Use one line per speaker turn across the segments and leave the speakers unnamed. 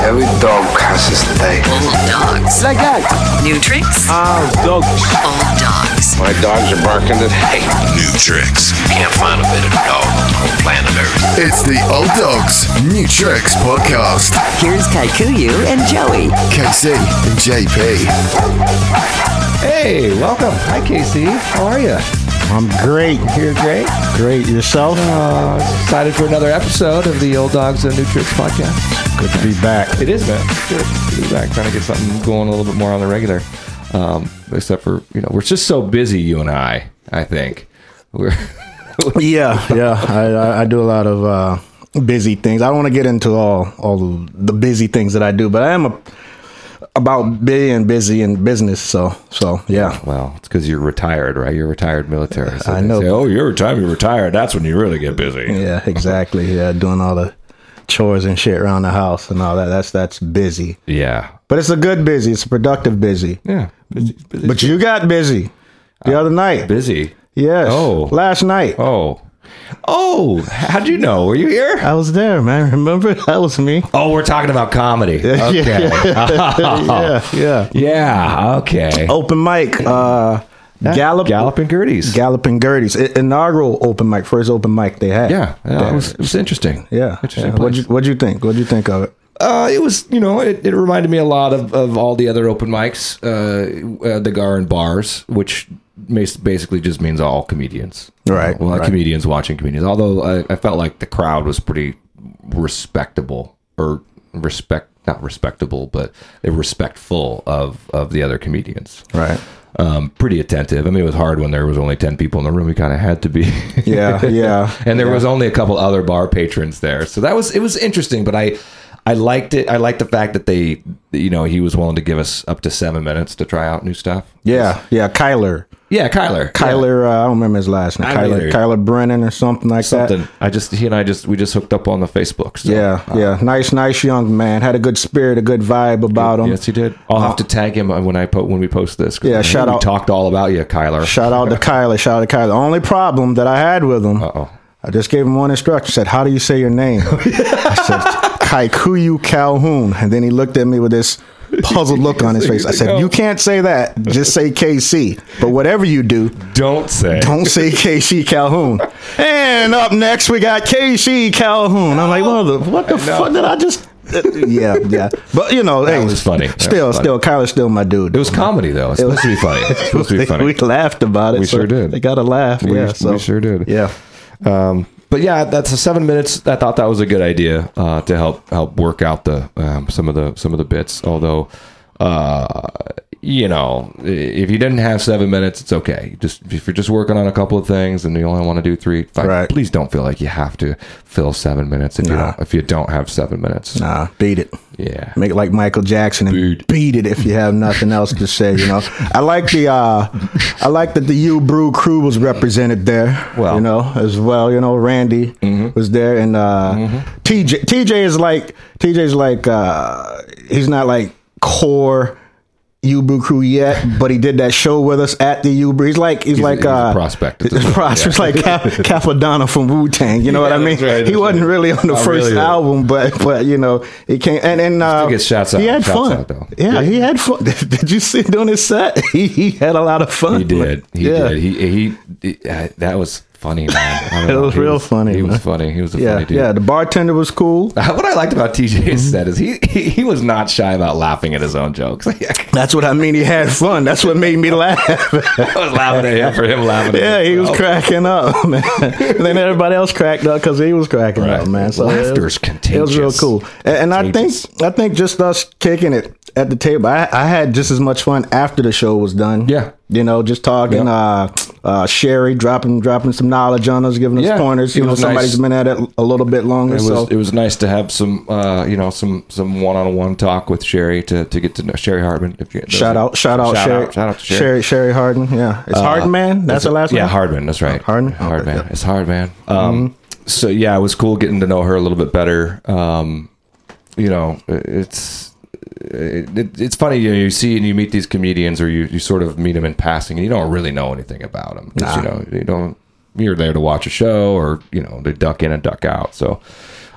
Every dog has his day.
Old dogs.
Like that.
New tricks.
Oh, dogs.
Old dogs.
My dogs are barking today.
New tricks. Can't find a better dog on planet Earth.
It's the Old Dogs New Tricks podcast.
Here's Kaikuyu and Joey.
KC and JP.
Hey, welcome. Hi, Casey. How are you?
I'm great.
You're great.
Great. Yourself?
Uh, excited for another episode of the Old Dogs and New Tricks podcast.
Good to be back.
It is, man. It's Good. It's Good to be back. Trying to get something going a little bit more on the regular. Um, except for, you know, we're just so busy, you and I, I think. We're.
Yeah, yeah. I, I, I do a lot of uh, busy things. I don't want to get into all all of the busy things that I do, but I am a, about being busy in business. So so yeah.
Well, it's because you're retired, right? You're retired military. So
I
they
know.
say, oh, you're retired. You're retired. That's when you really get busy.
Yeah, exactly. Yeah, doing all the chores and shit around the house and all that. That's that's busy.
Yeah.
But it's a good busy. It's a productive busy.
Yeah. Busy, busy.
But you got busy the other night.
busy.
Yes.
Oh.
Last night.
Oh. Oh, how'd you know? Were you here?
I was there, man. Remember? That was me.
Oh, we're talking about comedy. Okay.
Yeah, yeah.
yeah. Okay.
open mic. Uh, Gallop,
Galloping Gerties.
Galloping Gertie's I- inaugural open mic, first open mic they had.
yeah, yeah it,
There.
was, it was interesting.
yeah.
interesting.
yeah. What'd you
place.
What'd you think? What'd you think of it?
uh, it was, you know, it, it reminded me a lot of, of all the other open mics, uh, uh, the Gar and Bars, which mas- basically just means all comedians.
Right,
Well,
right.
comedians watching comedians. Although I, I felt like the crowd was pretty respectable or respect, not respectable, but they were respectful of, of the other comedians.
Right.
um, pretty attentive. I mean, it was hard when there was only ten people in the room. We kind of had to be.
Yeah, yeah.
and there was only a couple other bar patrons there, so that was it was interesting. But I, I liked it. I liked the fact that they, you know, he was willing to give us up to seven minutes to try out new stuff.
Yeah, yeah. Kyler,
yeah, Kyler,
Kyler. Uh, I don't remember his last name.
I
Kyler,
either.
Kyler Brennan or something like
something.
that.
I just he and I just we just hooked up on the Facebook. so,
Yeah,
uh,
yeah. Nice, nice young man. Had a good spirit, a good vibe about him.
Yes, he did. I'll have to tag him when I po- when we post this. 'cause
Yeah,
I know
shout
we
out-
Talked all about you, Kyler.
Shout out to Kyler. Shout out to Kyler. The only problem that I had with him,
Uh-oh.
I just gave him one instruction. Said, "How do you say your name?" I said, "Kaikuyu Calhoun." And then he looked at me with this puzzled look on his face. I said, "You can't say that. Just say KC. But whatever you do,
Don't say.
don't say KC Calhoun." And up next, we got KC Calhoun. I'm like, "What the what the fuck did I just?" yeah, yeah. But you know, that hey,
was funny. That
Still,
was funny.
still, Kyler's still my dude.
It was comedy though. It's supposed to be funny. It's supposed to be funny.
We laughed about it.
We
so
sure did.
They got to laugh.
We-
yeah, so.
we sure did.
Yeah.
Um, but yeah, that's a seven minutes. I thought that was a good idea uh, to help help work out the um, some of the some of the bits. Although, uh, you know, i- if you didn't have seven minutes, it's okay. Just if you're just working on a couple of things and you only want to do three, five,
Right.
please don't feel like you have to fill seven minutes if you
Nah.
don't, if you don't have seven minutes.
Nah, beat it.
Yeah,
Make it like Michael Jackson and
Beat.
beat, it if you have nothing else to say. You know, I like the uh, I like that the U Brew crew was represented there.
Well. Mm-hmm.
you know, as well. You know, Randy was there, and uh, TJ TJ is like TJ's like uh, he's not like core. Ubu crew yet, but he did that show with us at the Ubu. He's like he's,
a-
like
he's a
uh,
prospect at
He's
this
a
point,
prospect,
yeah.
like Cap, Capodanno from Wu Tang. You know what I
Yeah,
mean?
that's right,
he
that's
wasn't
right.
really on the
Not
first
really. uh,
album, but but you know it can't. And and uh,
Still gets shouts out-
He had
shouts
fun.
out, though.
Yeah, he had fun. Did you see during his set? He, he had a lot of fun.
he did. He
yeah.
did. He he. he- uh, that was funny, man. I don't
It
know.
was
He
real funny,
He was
man.
funny. He was a
Yeah,
funny dude.
yeah. The bartender was cool.
What I liked about
Mm-hmm.
TJ's set is he, he he was not shy about laughing at his own jokes. I
That's what I mean. He had fun. That's what made me laugh.
was laughing at him for him laughing. At
yeah, he was
himself.
cracking up, man. and then everybody else cracked up because he was cracking
Right.
up, man. So
Laughter's
it was- It was real
contagious.
cool, and, and I think
Contagious.
I think just us kicking it at the table. I, I had just as much fun after the show was done.
Yeah.
you know, just talking.
Yeah.
Uh, uh, Sherry dropping dropping some knowledge on us, giving us
Yeah.
pointers.
It
You know,
was
somebody's
nice.
been at it a little bit longer.
It was
so
it was nice to have some uh you know some some one on one talk with Sherry to, to get to know Sherry Hartman. If you,
shout out, shout out, Sherry,
shout out to Sherry. Uh,
Sherry, Sherry Harden. Yeah, it's Harden Man. That's the last
yeah,
name?
Hardman. That's right.
Hardman? Okay, Mm-hmm.
Hardman.
yeah.
It's Hardman. Um, So yeah, it was cool getting to know her a little bit better. Um, you know, it's it, it, it's funny. You, know, you see and you meet these comedians, or you, you sort of meet them in passing, and you don't really know anything about them. 'Cause, You know, you don't. You're there to watch a show, or you know, they duck in and duck out. So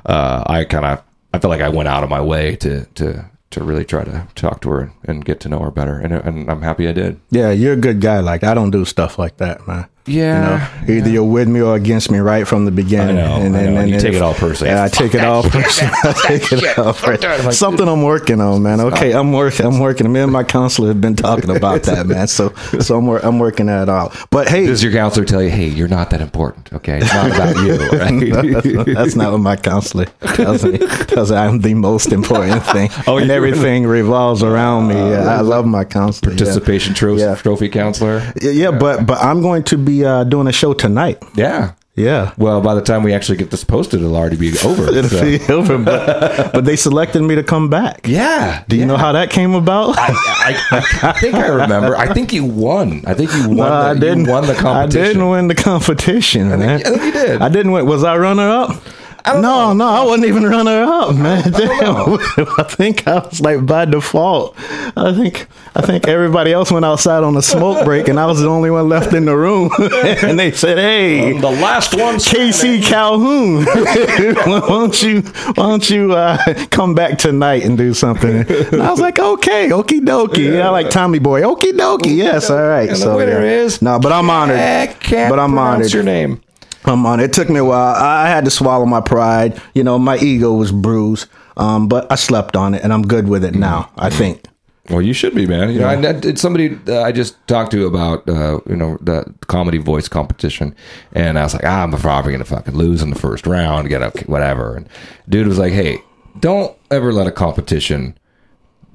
uh, I kind of. I felt like I went out of my way to to to really try to talk to her and get to know her better, and and I'm happy I did.
Yeah, you're a good guy. Like I don't do stuff like that, man.
Yeah,
you know, either you're with me or against me right from the beginning.
I know, I know. You take it all personally.
Yeah, I take it all personally. I take it all personally. Something I'm working on, man. Okay, I'm working. I'm working. Me and my counselor have been talking about that, man. So, so I'm, wor- I'm working that out. But hey,
Does your counselor tell you, "Hey, you're not that important"? Okay, it's not about you. Right?
that's, that's not what my counselor tells me. Tells me I'm the most important thing,
Oh, Uh,
and
you-
everything revolves around me. Yeah, I love my counselor. yeah.
Participation trophy,
Yeah.
trophy counselor.
Yeah, yeah, but but I'm going to be uh, doing a show tonight.
Yeah.
Yeah.
Well, by the time we actually get this posted, it'll already be over.
It'll
so.
be over, but, but they selected me to come back.
Yeah.
Do you know how that came about?
I, I, I think I remember. I think you won. I think you won.
No,
the, You won the competition.
I didn't win the competition, man.
I think you did.
I didn't win. Was I runner up? No, no, I wasn't even runner up, man. Damn. I think I was like by default. I think I think everybody else went outside on a smoke break, and I was the only one left in the room. and they said, "Hey,
Um, The last one.
KC Calhoun, why don't you why don't you uh, come back tonight and do something? And I was like, okay, okie dokie. Yeah, I like Tommy Boy, okie dokie. Yes, all right.
And the
so
winner
yeah.
is
no, but I'm honored.
I can't
but I'm
pronounce
honored.
your name.
I'm on. It took me a while. I I had to swallow my pride. You know, my ego was bruised, um, but I slept on it, and I'm good with
Mm-hmm.
it now. I think.
Well, you should be, man. You know, and that, it's somebody uh, I just talked to about, uh, you know, the comedy voice competition, and I was like, ah, I'm probably gonna fucking lose in the first round, get up, whatever. And dude was like, hey, don't ever let a competition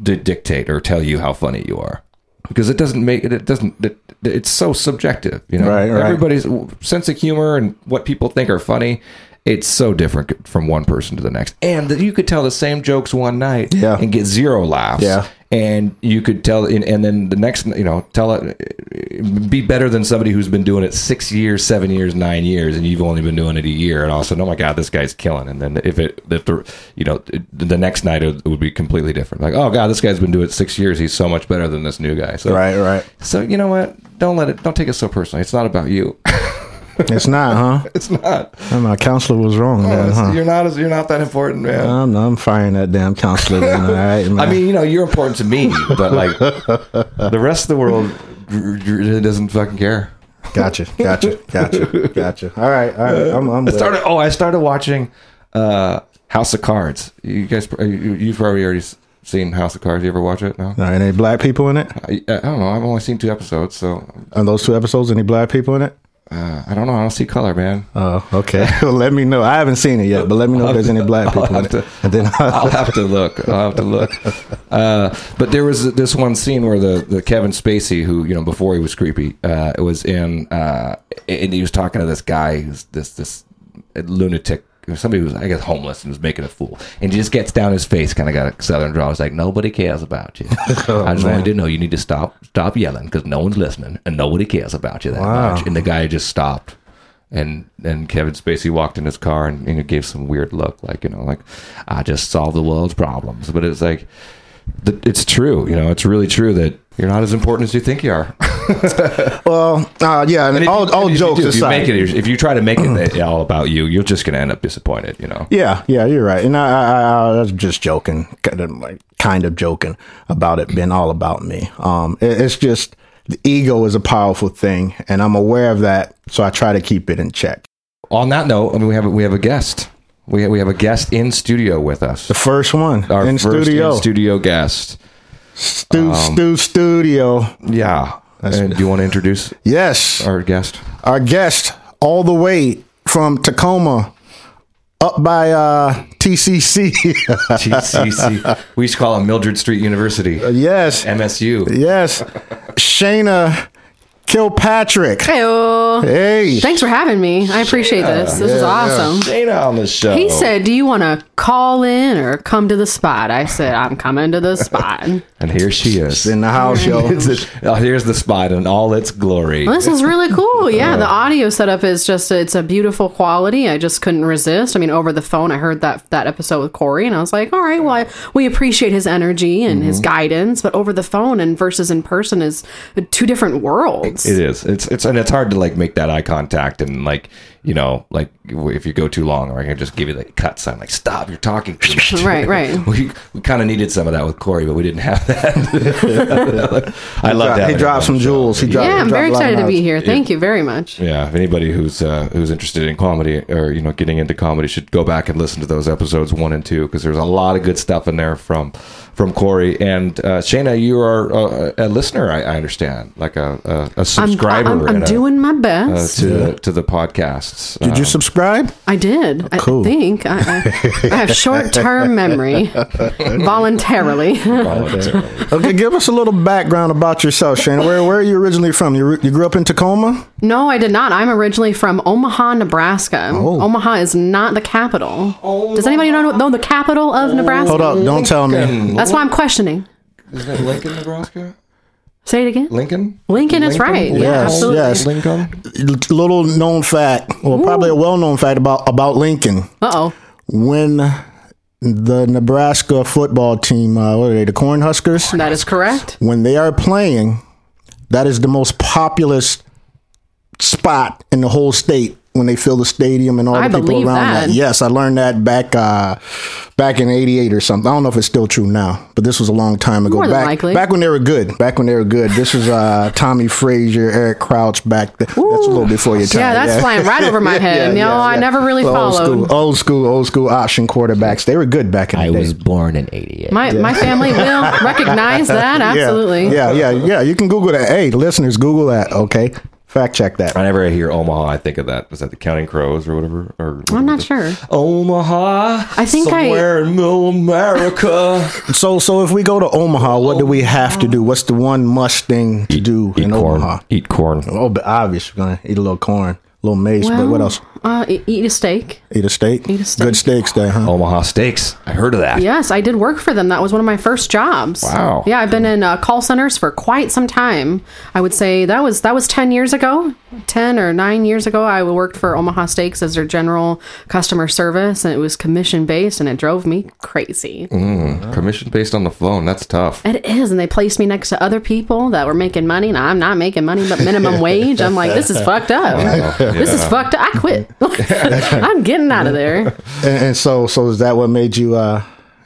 di- dictate or tell you how funny you are, because it doesn't make it. It doesn't. It, it's so subjective, you know.
Right, right.
Everybody's sense of humor and what people think are funny. It's so different from one person to the next, and that you could tell the same jokes one night
Yeah.
and get zero laughs
Yeah.
and you could tell and, and then the next you know tell it be better than somebody who's been doing it six years seven years nine years and you've only been doing it a year and all of a sudden oh my god this guy's killing and then if it if the you know the next night it would be completely different like oh god this guy's been doing it six years he's so much better than this new guy so
Right, right.
so you know what don't let it don't take it so personally it's not about you
It's not, huh?
it's not Oh,
And my counselor was wrong, man.
It's-
Huh?
you're not as you're not that important man
I'm, I'm firing that damn counselor. Then, all right, man.
I mean, you know, you're important to me, but like the rest of the world r- r- doesn't fucking care.
Gotcha, gotcha, gotcha, gotcha. All right, all right. I'm, I'm
I
with it.
started. Oh, I started watching uh, House of Cards. You guys, you- you've probably already s- seen House of Cards. You ever watch it? No.
All right, any black people in it?
I, I don't know. I've only seen two episodes, so
On those two episodes, any black people in it?
uh, I don't know. I don't see color, man.
Oh, okay. well, let me know. I haven't seen it yet, but let me know if there's any black people in
have
it.
to-
And then
I'll have to look. I'll have to look. Uh, but there was this one scene where the, the Kevin Spacey, who you know before he was creepy, uh, was in, uh, and he was talking to this guy who's this this lunatic. Somebody who's I guess homeless and was making a fool, and he just gets down his face, kind of got a southern drawl. He's like, "Nobody cares about you. I just want you to know you need to stop, stop yelling because no one's listening, and nobody cares about you that
Wow.
much." And the guy just stopped, and and Kevin Spacey walked in his car and you know gave some weird look, like you know, like I just solved the world's problems. But it's like, th- it's true, you know, it's really true that you're not as important as you think you are.
well, uh, yeah, and,
And if you-
all, all
and if you
jokes
do, if you
aside.
make it, if you try to make it that all about you, you're just gonna end up disappointed, you know.
yeah, yeah, you're right. And I, I, I was just joking, kind of, like, kind of joking about it being all about me. Um, it, it's just the ego is a powerful thing, and I'm aware of that, so I try to keep it in check.
On that note, I mean, we have a- we have a guest. We have, we have a guest in studio with us.
The first one
Our
in
first
studio,
in studio guest.
Stu, Stu Studio.
Yeah. And do you want to introduce
Yes,
our guest?
our guest all the way from Tacoma, up by uh, TCC.
TCC. we used to call it Mildred Street University.
yes,
MSU.
yes, Shayna Kilpatrick.
Heyo.
Hey,
Thanks for having me. I appreciate this. This is awesome.
Dana on the show.
He said, "Do you want to call in or come to the spot?" I said, "I'm coming to the spot." Well,
and here she is.
in the house, yo.
It's a- oh, here's the spot in all its glory.
this is really cool. Yeah, the audio setup is just—it's a beautiful quality. I just couldn't resist. I mean, over the phone, I heard that that episode with Corey, and I was like, "All right, well, I, we appreciate his energy and his
Mm-hmm.
guidance." But over the phone and versus in person is two different worlds.
It is. It's it's and it's hard to like make that eye contact and like
you know, like if you go too long, or I can just give you the cut sign, like stop, you're talking. too much."
Right, right.
We, we kind of needed some of that with Corey, but we didn't have that. I love
Dro-
that.
He dropped some jewels. He dropped.
yeah,
he
I'm
dropped
very
a lot of
excited to be
knowledge.
here. Thank you very much.
Yeah, if anybody who's uh, who's interested in comedy or you know getting into comedy should go back and listen to those episodes one and two because there's a lot of good stuff in there from from Corey and uh, Shayna. You are uh, a, a listener, I, I understand, like a, a, a
I'm,
subscriber.
I'm, I'm
and a-
doing my
uh,
best.
to the to the podcasts.
Did you subscribe?
I
Oh,
did. I- I think I, I, I have short-term memory, voluntarily.
Okay, give us a little background about yourself, Shane. Where where are you originally from? You, re- you grew up in Tacoma.
no, I did not. I'm originally from Omaha, Nebraska.
Oh.
Omaha is not the capital. Does anybody know, know the capital of Nebraska?
Hold up! Don't tell me.
That's why I'm questioning.
Is that Lincoln, Nebraska?
Say it again.
Lincoln.
Lincoln, is right. Yeah,
Yes,
absolutely.
yes.
Lincoln.
Little known fact, or probably a well known fact about about Lincoln.
Uh oh.
When the Nebraska football team, uh, what are they? The Cornhuskers.
That is correct.
When they are playing, that is the most populous spot in the whole state. When they fill the stadium and all
I
the people
believe
around
that.
Yes, I learned that back uh, back in '88 or something. I don't know if it's still true now, but this was a long time ago.
More than
back,
likely.
back when they were good. Back when they were good. This was uh, Tommy Frazier, Eric Crouch. Back th- that's a little before your time.
Yeah, that's flying right over my head. no, I never really
The old
followed.
school, old school, old school option quarterbacks. They were good back in the
I
day.
was born in '88.
My, my family will recognize that
Yeah.
absolutely.
Yeah, yeah, yeah, You can Google that. Hey, listeners, Google that. Okay, fact check that.
Whenever I hear Omaha, I think of that. Was that the Counting Crows or whatever? Or
I'm not sure.
Omaha.
I think I-
somewhere in America.
So, so if we go to Omaha, what do we have to do? What's the one must thing to do in Omaha?
Eat corn.
Oh, but obvious, we're gonna eat a little corn, a little mace,
Well,
but what else?
Uh, e- eat a steak.
Eat a steak.
Eat a steak.
Good steaks, there, huh?
Omaha steaks. I heard of that.
Yes, I did work for them. That was one of my first jobs.
Wow.
Yeah, I've been in uh, call centers for quite some time. I would say that was that was ten years ago, ten or nine years ago. I worked for Omaha Steaks as their general customer service, and it was commission based, and it drove me crazy.
Commission based on the phone. That's tough.
It is, and they placed me next to other people that were making money, and I'm not making money, but minimum wage. I'm like, this is fucked up. This is fucked up. I quit. I'm getting out of there.
And, and so, so is that what made you uh,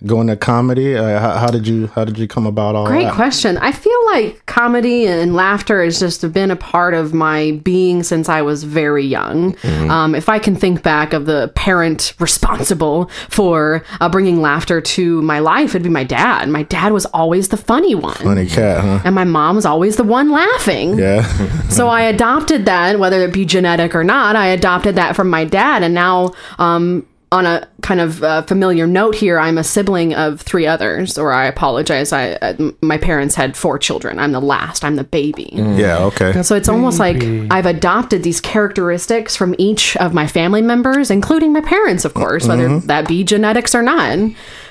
go into comedy? Uh, how, how did you How did you come about all
Great
that?
question. I feel like comedy and laughter has just been a part of my being since I was very young. Um, if I can think back of the parent responsible for uh, bringing laughter to my life, it'd be my dad. My dad was always the funny one.
Funny cat, huh?
And my mom was always the one laughing.
Yeah.
So I adopted that, whether it be genetic or not, I adopted that from my dad. And now, um, on a kind of uh, familiar note here, I'm a sibling of three others, or I apologize. I, uh, m- my parents had four children. I'm the last, I'm the baby.
yeah. Okay.
So it's almost like I've adopted these characteristics from each of my family members, including my parents, of course, whether
Mm-hmm.
that be genetics or not.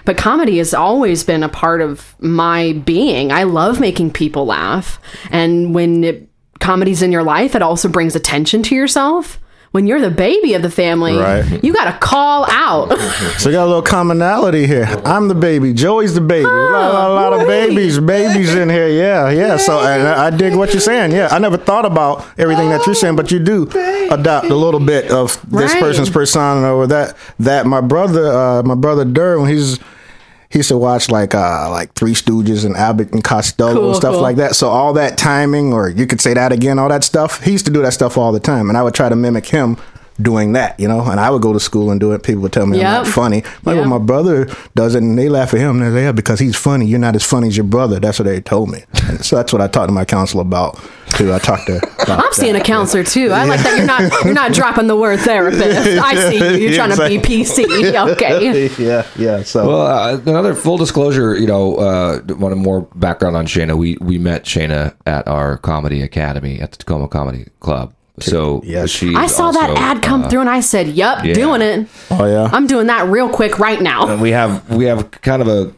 But comedy has always been a part of my being. I love making people laugh. And when it, comedy's in your life, it also brings attention to yourself. When you're the baby of the family,
Right.
you got to call out.
So we got a little commonality here. I'm the baby. Joey's the baby. a lot, lot- lot of babies, babies in here. Yeah, yeah. So and I, I dig what you're saying. Yeah, I never thought about everything that you're saying, but you do adopt a little bit of this
Right.
person's persona or that. That my brother, uh, my brother Durham, he's he used to watch like uh like Three Stooges and Abbott and Costello
Cool,
and stuff
cool.
like that. So all that timing, or you could say that again, all that stuff. He used to do that stuff all the time, and I would try to mimic him doing that, you know. And I would go to school and do it. People would tell me I'm not
Yep.
funny. Like,
Yeah.
well, my brother does it, and they laugh at him. And they're like, yeah, because he's funny. You're not as funny as your brother. That's what they told me. And so that's what I talked to my counselor about too. I talked to. About
I'm seeing a counselor too. I like that you're not you're not dropping the word therapist. I see you. You're
Yeah,
trying to be PC. Okay.
yeah, yeah. So
Well, uh, another full disclosure, you know, uh, wanted more background on Shayna. We we met Shayna at our comedy academy at the Tacoma Comedy Club. So
Yes.
she.
I saw that ad
uh,
come through and I said, "Yep,
yeah.
doing it.
oh yeah.
I'm doing that real quick right now."
Um,
and we have we have kind of a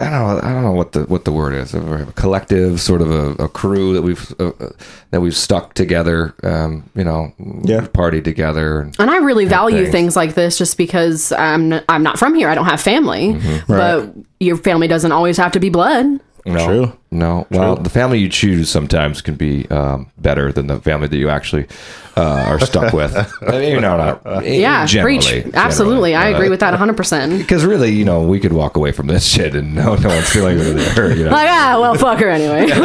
I don't know I don't know what the what the word is. We have a collective sort of a, a crew that we've uh, uh, that we've stuck together. Um, you know,
Yeah.
party together. And,
And I really value
thanks.
things like this just because I'm n-
Mm-hmm.
I'm not from here. I don't have family, but your family doesn't always have to be blood.
you know,
True.
No. Well, the family you choose sometimes can be um, better than the family that you actually uh, are stuck with. I mean, no, not
Yeah, preach. Absolutely, I agree with that 100. percent
Because Uh, really, you know, we could walk away from this shit and no, no one's feeling really hurt. You know,
Like ah, well, fuck her anyway.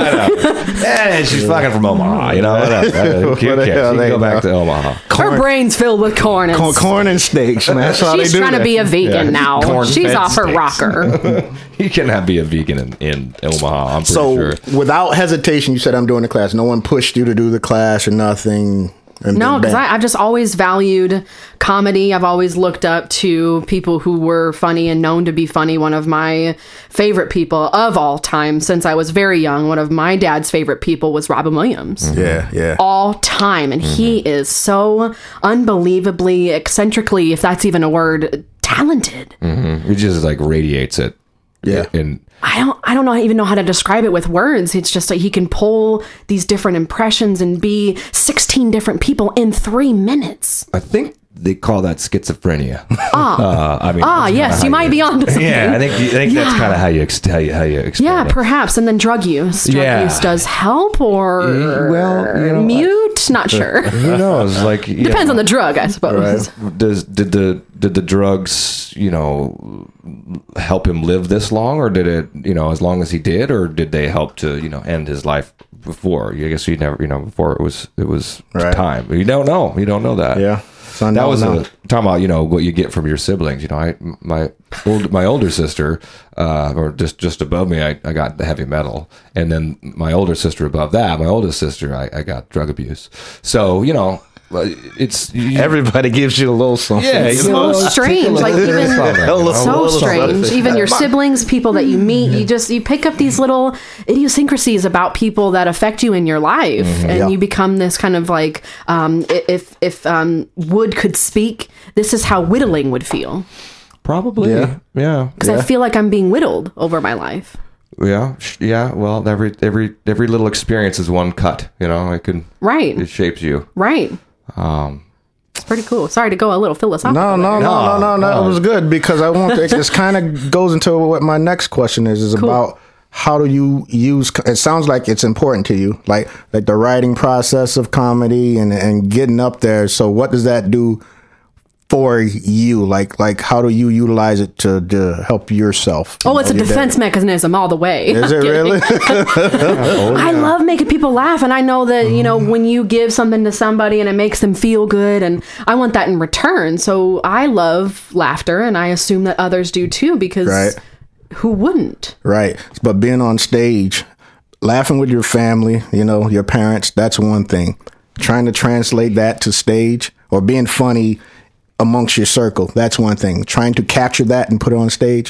eh, she's fucking from Omaha. You know, whatever. Who
What the
cares? She
hell
can
they
go back
know?
to Omaha.
her brain's filled with corn. And
Corn, corn and steaks, man. That's how
she's
they do
trying
that.
to be a vegan
Yeah.
now.
Corn-fed
she's off her
steaks.
rocker.
You cannot be a vegan in, in Omaha. I'm pretty
so
sure.
without hesitation, you said I'm doing the class. No one pushed you to do the class or nothing. And
no,
then
because
bam.
I've just always valued comedy. I've always looked up to people who were funny and known to be funny. One of my favorite people of all time since I was very young. One of my dad's favorite people was Robin Williams.
yeah, yeah.
all time and he is so unbelievably eccentrically if that's even a word talented
It just like radiates it.
Yeah.
And
i don't i don't know even know how to describe it with words it's just like he can pull these different impressions and be 16 different people in three minutes
I think they call that schizophrenia. Uh,
ah
I mean,
ah yes you might be onto something
Yeah, I think I think that's kind of how you ex- how you, how you explain
yeah,
it.
perhaps, and then drug use. Drug
Yeah.
use does help, or
Eh, well, you know, I-
mute. Not sure.
Who knows? Like you
Depends
know,
on the drug, I suppose.
does did the did the drugs you know help him live this long, or did it you know as long as he did, or did they help to you know end his life before? I guess you never you know before it was it was
Right.
time. You don't know. You don't know that.
yeah. So I
that
know
was
now.
a, talking about you know what you get from your siblings. You know, I my old my older sister, uh, or just just above me, I, I got the heavy metal, and then my older sister above that, my oldest sister, I, I got drug abuse. So you know, uh, it's you,
Everybody gives you a little something.
yeah, you
so strange. Like even so strange. Even your siblings, people that you meet, you just you pick up these little idiosyncrasies about people that affect you in your life,
Mm-hmm.
and you become this kind of like um, i- if if um, wood could speak, this is how whittling would feel.
probably
Yeah.
yeah yeah
Because I feel like I'm being whittled over my life.
yeah sh- yeah. Well, every every every little experience is one cut. You know, it can
Right.
it shapes you.
right. Um, it's pretty cool. Sorry to go a little philosophical.
No, no, no, no, no, no.
No.
It was good because I want to. This kind of goes into what my next question is: is about how do you use? It sounds like it's important to you, like like the writing process of comedy and and getting up there. So, what does that do for you? Like like how do you utilize it to, to help yourself?
Oh, it's a
Your day?
defense mechanism all the way.
Is it really?
I love making people laugh, and I know that you know
Mm-hmm.
when you give something to somebody and it makes them feel good, and I want that in return. So I love laughter, and I assume that others do too, because
Right.
who wouldn't?
Right. But being on stage, laughing with your family, you know, your parents, that's one thing. Trying to translate that to stage or being funny amongst your circle, that's one thing. Trying to capture that and put it on stage,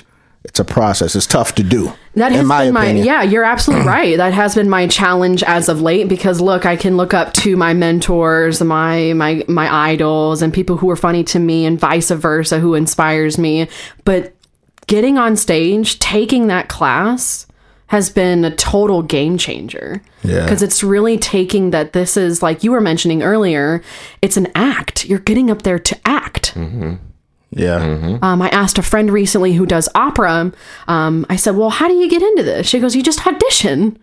it's a process. It's tough to do.
That has been my yeah. You're absolutely right. That has been my challenge as of late because look, I can look up to my mentors, my my my idols, and people who are funny to me, and vice versa, who inspires me. But getting on stage, taking that class has been a total game changer.
Yeah.
Because it's really taking that this is like you were mentioning earlier, it's an act. You're getting up there to act.
Yeah.
Mm-hmm.
Um, I asked a friend recently who does opera. Um, I said, "Well, how do you get into this?" She goes, "You just audition."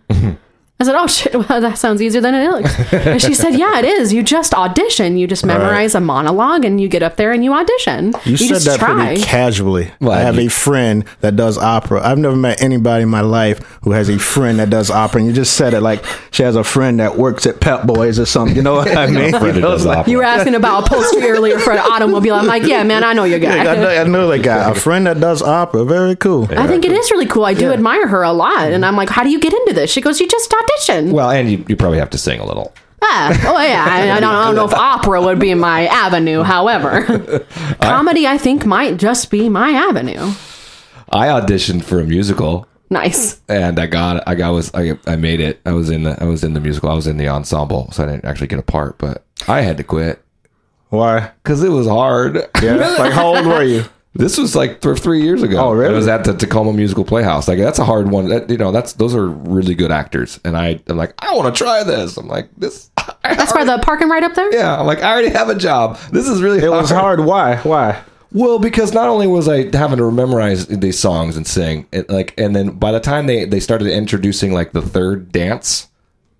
I said, "Oh shit, well, that sounds easier than it looks." and she said, "Yeah, it is. You just audition. You just memorize a monologue, and you get up there and you audition.
You, said
just
that
try."
pretty casually. I
I
have
mean-
a friend that does opera. I've never met anybody in my life who has a friend that does opera. And you just said it like she has a friend that works at Pep Boys or something. You know what I mean?
friend
You
that
know,
does
it's like-
opera.
you were asking about upholstery earlier for an automobile. I'm like, "Yeah, man, I know your guy."
I know, I know that guy. A friend that does opera. Very cool.
I think it is really cool. I do admire her a lot, and I'm like, "How do you get into this?" She goes, "You just audition."
Well, and you, you probably have to sing a little.
Ah, oh yeah, I, I, don't, I don't know if opera would be my avenue. However, comedy, I think, might just be my avenue.
I auditioned for a musical.
Nice.
and I got I got was I, I made it. I was in the I was in the musical. I was in the ensemble, so I didn't actually get a part, but I had to quit
Why?
because it was hard.
Yeah. like, how old were you?
This was like th- three years ago.
Oh, really?
It was at the Tacoma Musical Playhouse. Like that's a hard one. That, you know, that's those are really good actors, and I I'm like I want to try this. I'm like this. I
That's by the parking right up there.
yeah. I'm like I already have a job. This is really
It was hard. Why? Why?
Well, because not only was I having to memorize these songs and sing, it, like, and then by the time they they started introducing like the third dance,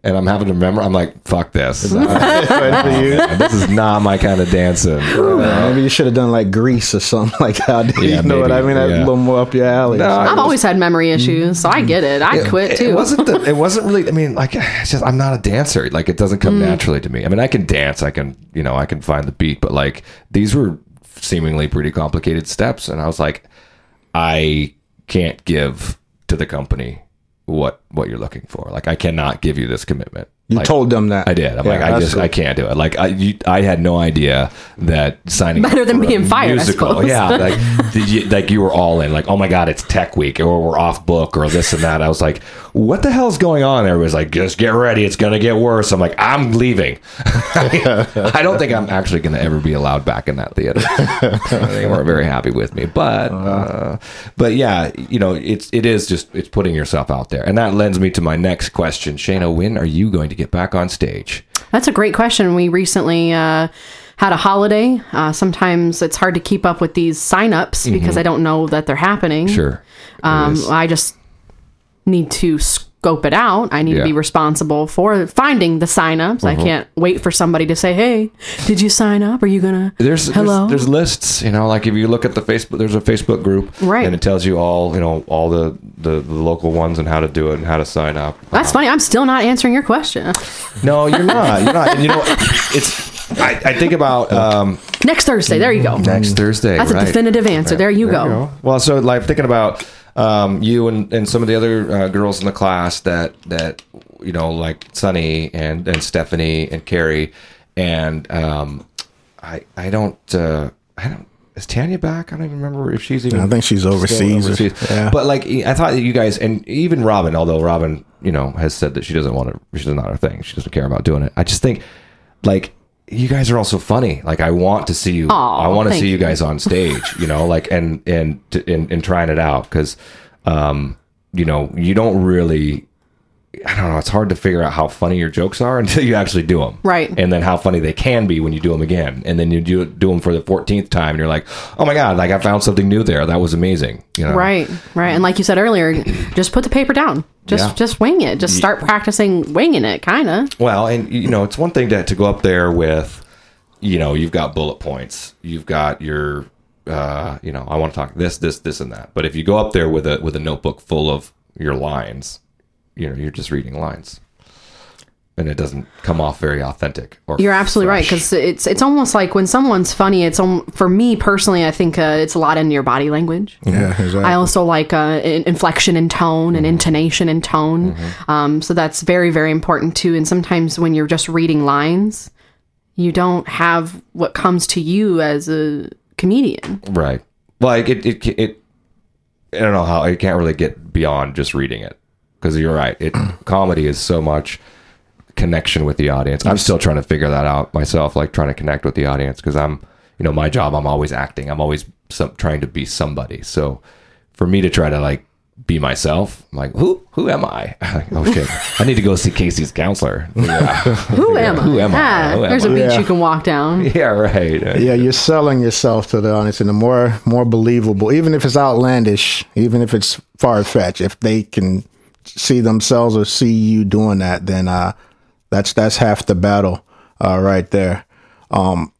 and I'm having to remember, I'm like, fuck this.
for you. Uh,
this is not my kind of dancing.
Maybe you should have done like Grease or something like that. you
Yeah,
know what I
maybe,
mean? That's
yeah.
A little more up your alley.
No,
I've always had memory issues, so I get it. I quit
It-
too.
It wasn't the, it wasn't really I mean like it's just I'm not a dancer. Like it doesn't come naturally to me. I mean I can dance, I can you know, I can find the beat, but like these were seemingly pretty complicated steps and I was like I can't give to the company what what you're looking for. Like I cannot give you this commitment.
you
Like,
told them that.
I did. I'm
Yeah,
like, I
that's
just,
cool.
I can't do it. Like, I, you, I had no idea that signing
Better
up
than
for a
being fired, I
Musical,
suppose.
yeah. Like, did you, like you were all in. Like, oh my god, it's Tech Week, or we're off book, or this and that. I was like, what the hell's going on? Everybody's like, just get ready, it's gonna get worse. I'm like, I'm leaving. I don't think I'm actually gonna ever be allowed back in that theater. they weren't very happy with me, but, uh, but yeah, you know, it's it is just it's putting yourself out there, and that lends me to my next question, Shana. When are you going to get back on stage?
That's a great question. We recently uh, had a holiday. Uh, sometimes it's hard to keep up with these signups because I don't know that they're happening.
Mm-hmm. Sure.
Um,
Yes.
I just need to scope it out. I need
Yeah. Uh-huh.
to be responsible for finding the signups. I can't wait for somebody to say, "Hey, did you sign up? Are you gonna?"
there's, there's-
hello.
There's, lists, you know, like if you look at the Facebook, there's a Facebook group,
Right.
And it tells you all, you know, all the, the the local ones and how to do it and how to sign up. Uh,
That's funny. I'm still not answering your question.
No, you're not. You're not. And you know, it's. I, I think about um,
Next Thursday. There you go.
next Thursday.
That's
Mm-hmm. right.
a definitive answer. There you go.
Well, so like thinking about um, you and, and some of the other uh, girls in the class that that you know, like Sunny and and Stephanie and Carrie, and um, I I don't uh, I don't is Tanya back? I don't even remember if she's even.
I think she's
still
overseas. Yeah.
But like I thought that you guys and even Robin, although Robin you know has said that she doesn't want to, she's not her thing. She doesn't care about doing it. I just think like. You guys are all so funny. Like I want to see you.
Aw,
I want to
thank
see you
you.
guys on stage, you know, like and and and, and trying it out because, um, you know, you don't really. I don't know. It's hard to figure out how funny your jokes are until you actually do them,
Right.
And then how funny they can be when you do them again, and then you do do them for the fourteenth time, and you're like, "Oh my god! Like I found something new there. That was amazing." You know,
Right, right, and like you said earlier, just put the paper down. Just,
Yeah.
just wing it. Just start practicing winging it, kind of.
Well, and you know, it's one thing to to go up there with, you know, you've got bullet points, you've got your, uh, you know, I want to talk this, this, this, and that. But if you go up there with a with a notebook full of your lines, you know, you're just reading lines, and it doesn't come off very authentic. Or
You're absolutely right
fresh.
because it's it's almost like when someone's funny, it's om- for me personally. I think uh, it's a lot in your body language.
Yeah, exactly.
I also like uh, in- inflection and tone and intonation and tone. Um, so that's very very important too. And sometimes when you're just reading lines, you don't have what comes to you as a comedian.
right, like it, it, it. I don't know how I can't really get beyond just reading it because you're right. It comedy is so much connection with the audience. I'm still trying to figure that out myself, like trying to connect with the audience because I'm, you know, my job. I'm always acting. I'm always some, trying to be somebody. So for me to try to like be myself, I'm like who who am I? oh shit, I need to go see Casey's counselor.
Who am I?
Who am I?
Ah,
Who am
there's
I?
a beach
Yeah.
you can walk down.
yeah, right.
yeah, you're selling yourself to the audience, and the more more believable, even if it's outlandish, even if it's far fetched, if they can see themselves or see you doing that, then uh, that's that's half the battle, uh, right there. Um,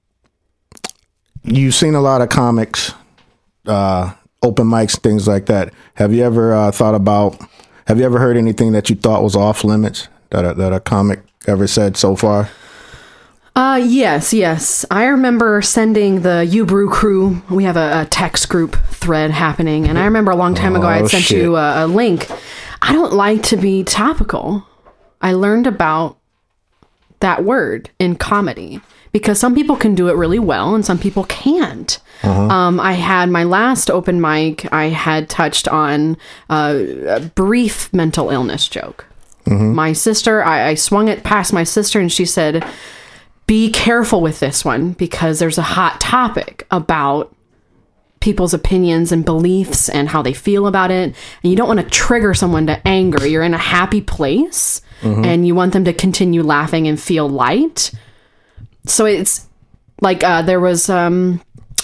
you've seen a lot of comics, uh, open mics, things like that. Have you ever uh, thought about? Have you ever heard anything that you thought was off limits that a, that a comic ever said so far?
Uh, yes, yes. I remember sending the You Brew crew. We have a, a text group thread happening, and I remember a long time ago I
Oh,
had sent
shit.
you a, a link. I don't like to be topical. I learned about that word in comedy because some people can do it really well and some people can't.
Uh-huh.
Um, I had my last open mic. I had touched on uh, a brief mental illness joke.
Mm-hmm.
My sister, I, I swung it past my sister, and she said be careful with this one because there's a hot topic about people's opinions and beliefs and how they feel about it. And you don't want to trigger someone to anger. You're in a happy place
Mm-hmm.
and you want them to continue laughing and feel light. So it's like uh, there was um,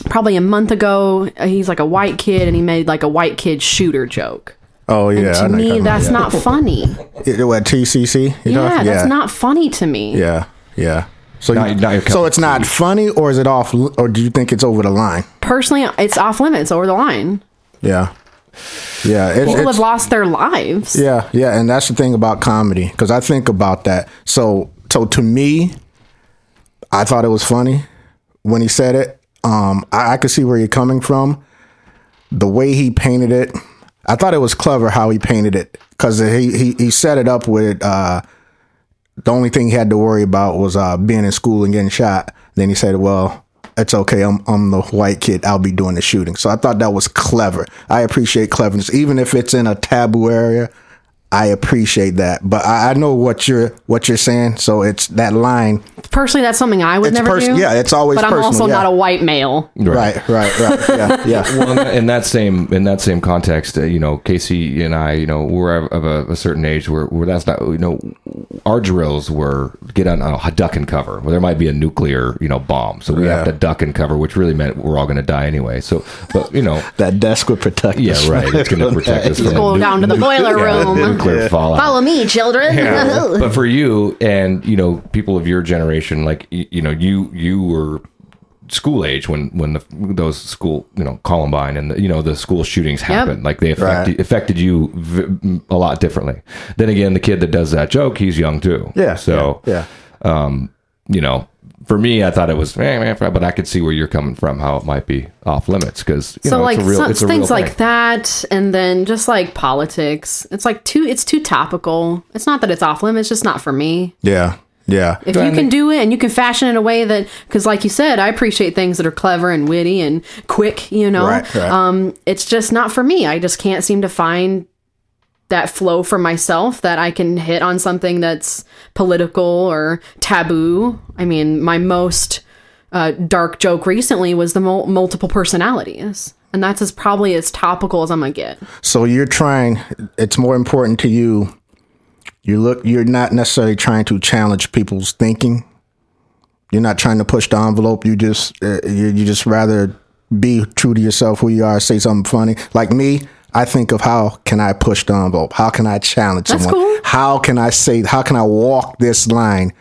probably a month ago. uh, He's like a white kid, and he made like a white kid shooter joke.
Oh yeah, I
to
know you're
me,
talking about
that's
that.
not funny.
Yeah, what TCC? You
yeah,
talking-
that's not funny to me.
Yeah, yeah. So,
Not-
you,
not your cup
so
of
it's not funny, or is it off, or do you think it's over the line?
Personally, it's off limits over the line.
Yeah, yeah. It's,
People
it's-
have lost their lives.
Yeah, yeah, and that's the thing about comedy because I think about that. So, so to me, I thought it was funny when he said it. Um, I, I could see where you're coming from. The way he painted it, I thought it was clever how he painted it because he, he he set it up with uh, the only thing he had to worry about was uh, being in school and getting shot. Then he said, "Well." It's okay. I'm I'm the white kid. I'll be doing the shooting. So I thought that was clever. I appreciate cleverness, even if it's in a taboo area. I appreciate that, but I, I know what you're what you're saying. So it's that line,
Personally, that's something I would
It's
never
pers-
do.
yeah, it's always
But I'm
personal,
also
yeah.
not a white male.
right, right, right, yeah, yeah,
well, in that- in that same in that same context, uh, you know, Casey and I, you know, we're of a, a certain age where, where that's not, you know, our drills were get on uh, duck and cover. Well, there might be a nuclear, you know, bomb, so we have
Yeah.
to duck and cover, which really meant we're all going to die anyway. So, but you know,
that desk would protect us.
yeah, right, it's going to protect us. From
Go
nu-
down to the boiler
yeah,
room.
nuclear fallout.
Follow me, children.
Yeah. but for you and you know people of your generation like you, you know you you were school age when when the those school you know columbine and the, you know the school shootings happened like they affected
Right.
affected you v- a lot differently then again the kid that does that joke he's young too
Yeah,
so
yeah,
you know for me, I thought it was, eh, eh, but I could see where you're coming from, how it might be off limits because you
so
know
like
it's a real,
some-
it's a real
things
thing.
like that and then just like politics it's like too it's too topical it's not that it's off limits it's just not for me
yeah, yeah,
if you can do it and you can fashion it in a way that because like you said i appreciate things that are clever and witty and quick you know
Right, right.
um it's just not for me i just can't seem to find that flow for myself that i can hit on something that's political or taboo i mean my most uh, dark joke recently was the mul- multiple personalities and that's as probably as topical as i'm gonna get
So you're trying. It's more important to you. You look. You're not necessarily trying to challenge people's thinking. You're not trying to push the envelope. You just. Uh, you, you just rather be true to yourself, who you are. Say something funny. Like me, I think of how can I push the envelope? How can I challenge
That's
someone?
cool.
How can I say? How can I walk this line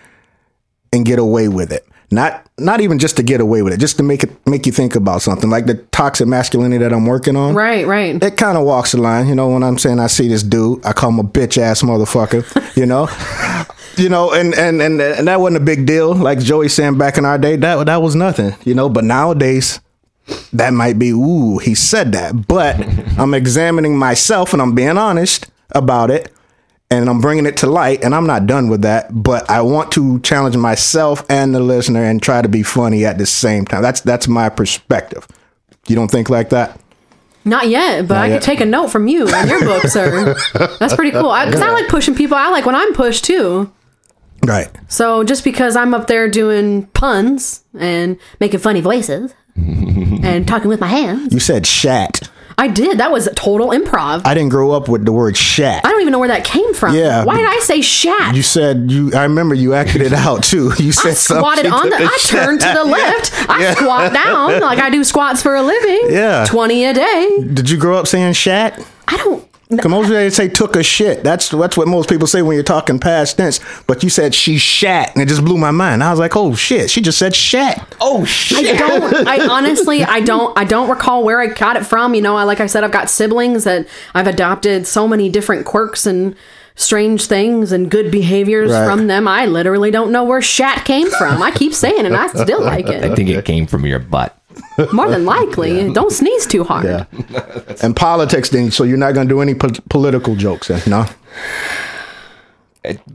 and get away with it? Not not even just to get away with it, just to make it make you think about something like the toxic masculinity that I'm working on
right right
it kind of walks the line, you know. When I'm saying I see this dude, I call him a bitch ass motherfucker, you know, you know, and and and and that wasn't a big deal. Like Joey saying back in our day, that that was nothing, you know. But nowadays, that might be ooh, he said that. But I'm examining myself and I'm being honest about it, and I'm bringing it to light. And I'm not done with that, but I want to challenge myself and the listener and try to be funny at the same time. That's that's my perspective. You don't think like that?
Not yet, but I
yet.
could take a note from you on your book, sir. That's pretty cool. Because I, like pushing people. I like when I'm pushed too.
Right.
So just because I'm up there doing puns and making funny voices and talking with my hands,
You said shat.
I did. That was total improv. I,
I didn't grow up with the word shat.
don't even know where that came from.
Yeah.
Why did I say shat?
You said you. I remember you acted it out too. You said
I squatted
something
on the.
to
I turned to
shat.
the left. I squat down like I do squats for a living.
Yeah.
twenty a day.
Did you grow up saying shat?
I don't.
Cause most people they say took a shit. That's that's what most people say when you're talking past tense. But you said she shat, and it just blew my mind. I was like, oh shit, she just said shat.
oh shit.
I don't. I honestly, I don't. I don't recall where I got it from. You know, I like I said, I've got siblings that I've adopted so many different quirks and strange things and good behaviors
Right.
from them. I literally don't know where shat came from. I keep saying it, and I still like
I
it.
think it came from your butt.
More than likely, don't sneeze too hard.
And politics, then. So you're not gonna do any po- political jokes, then, no?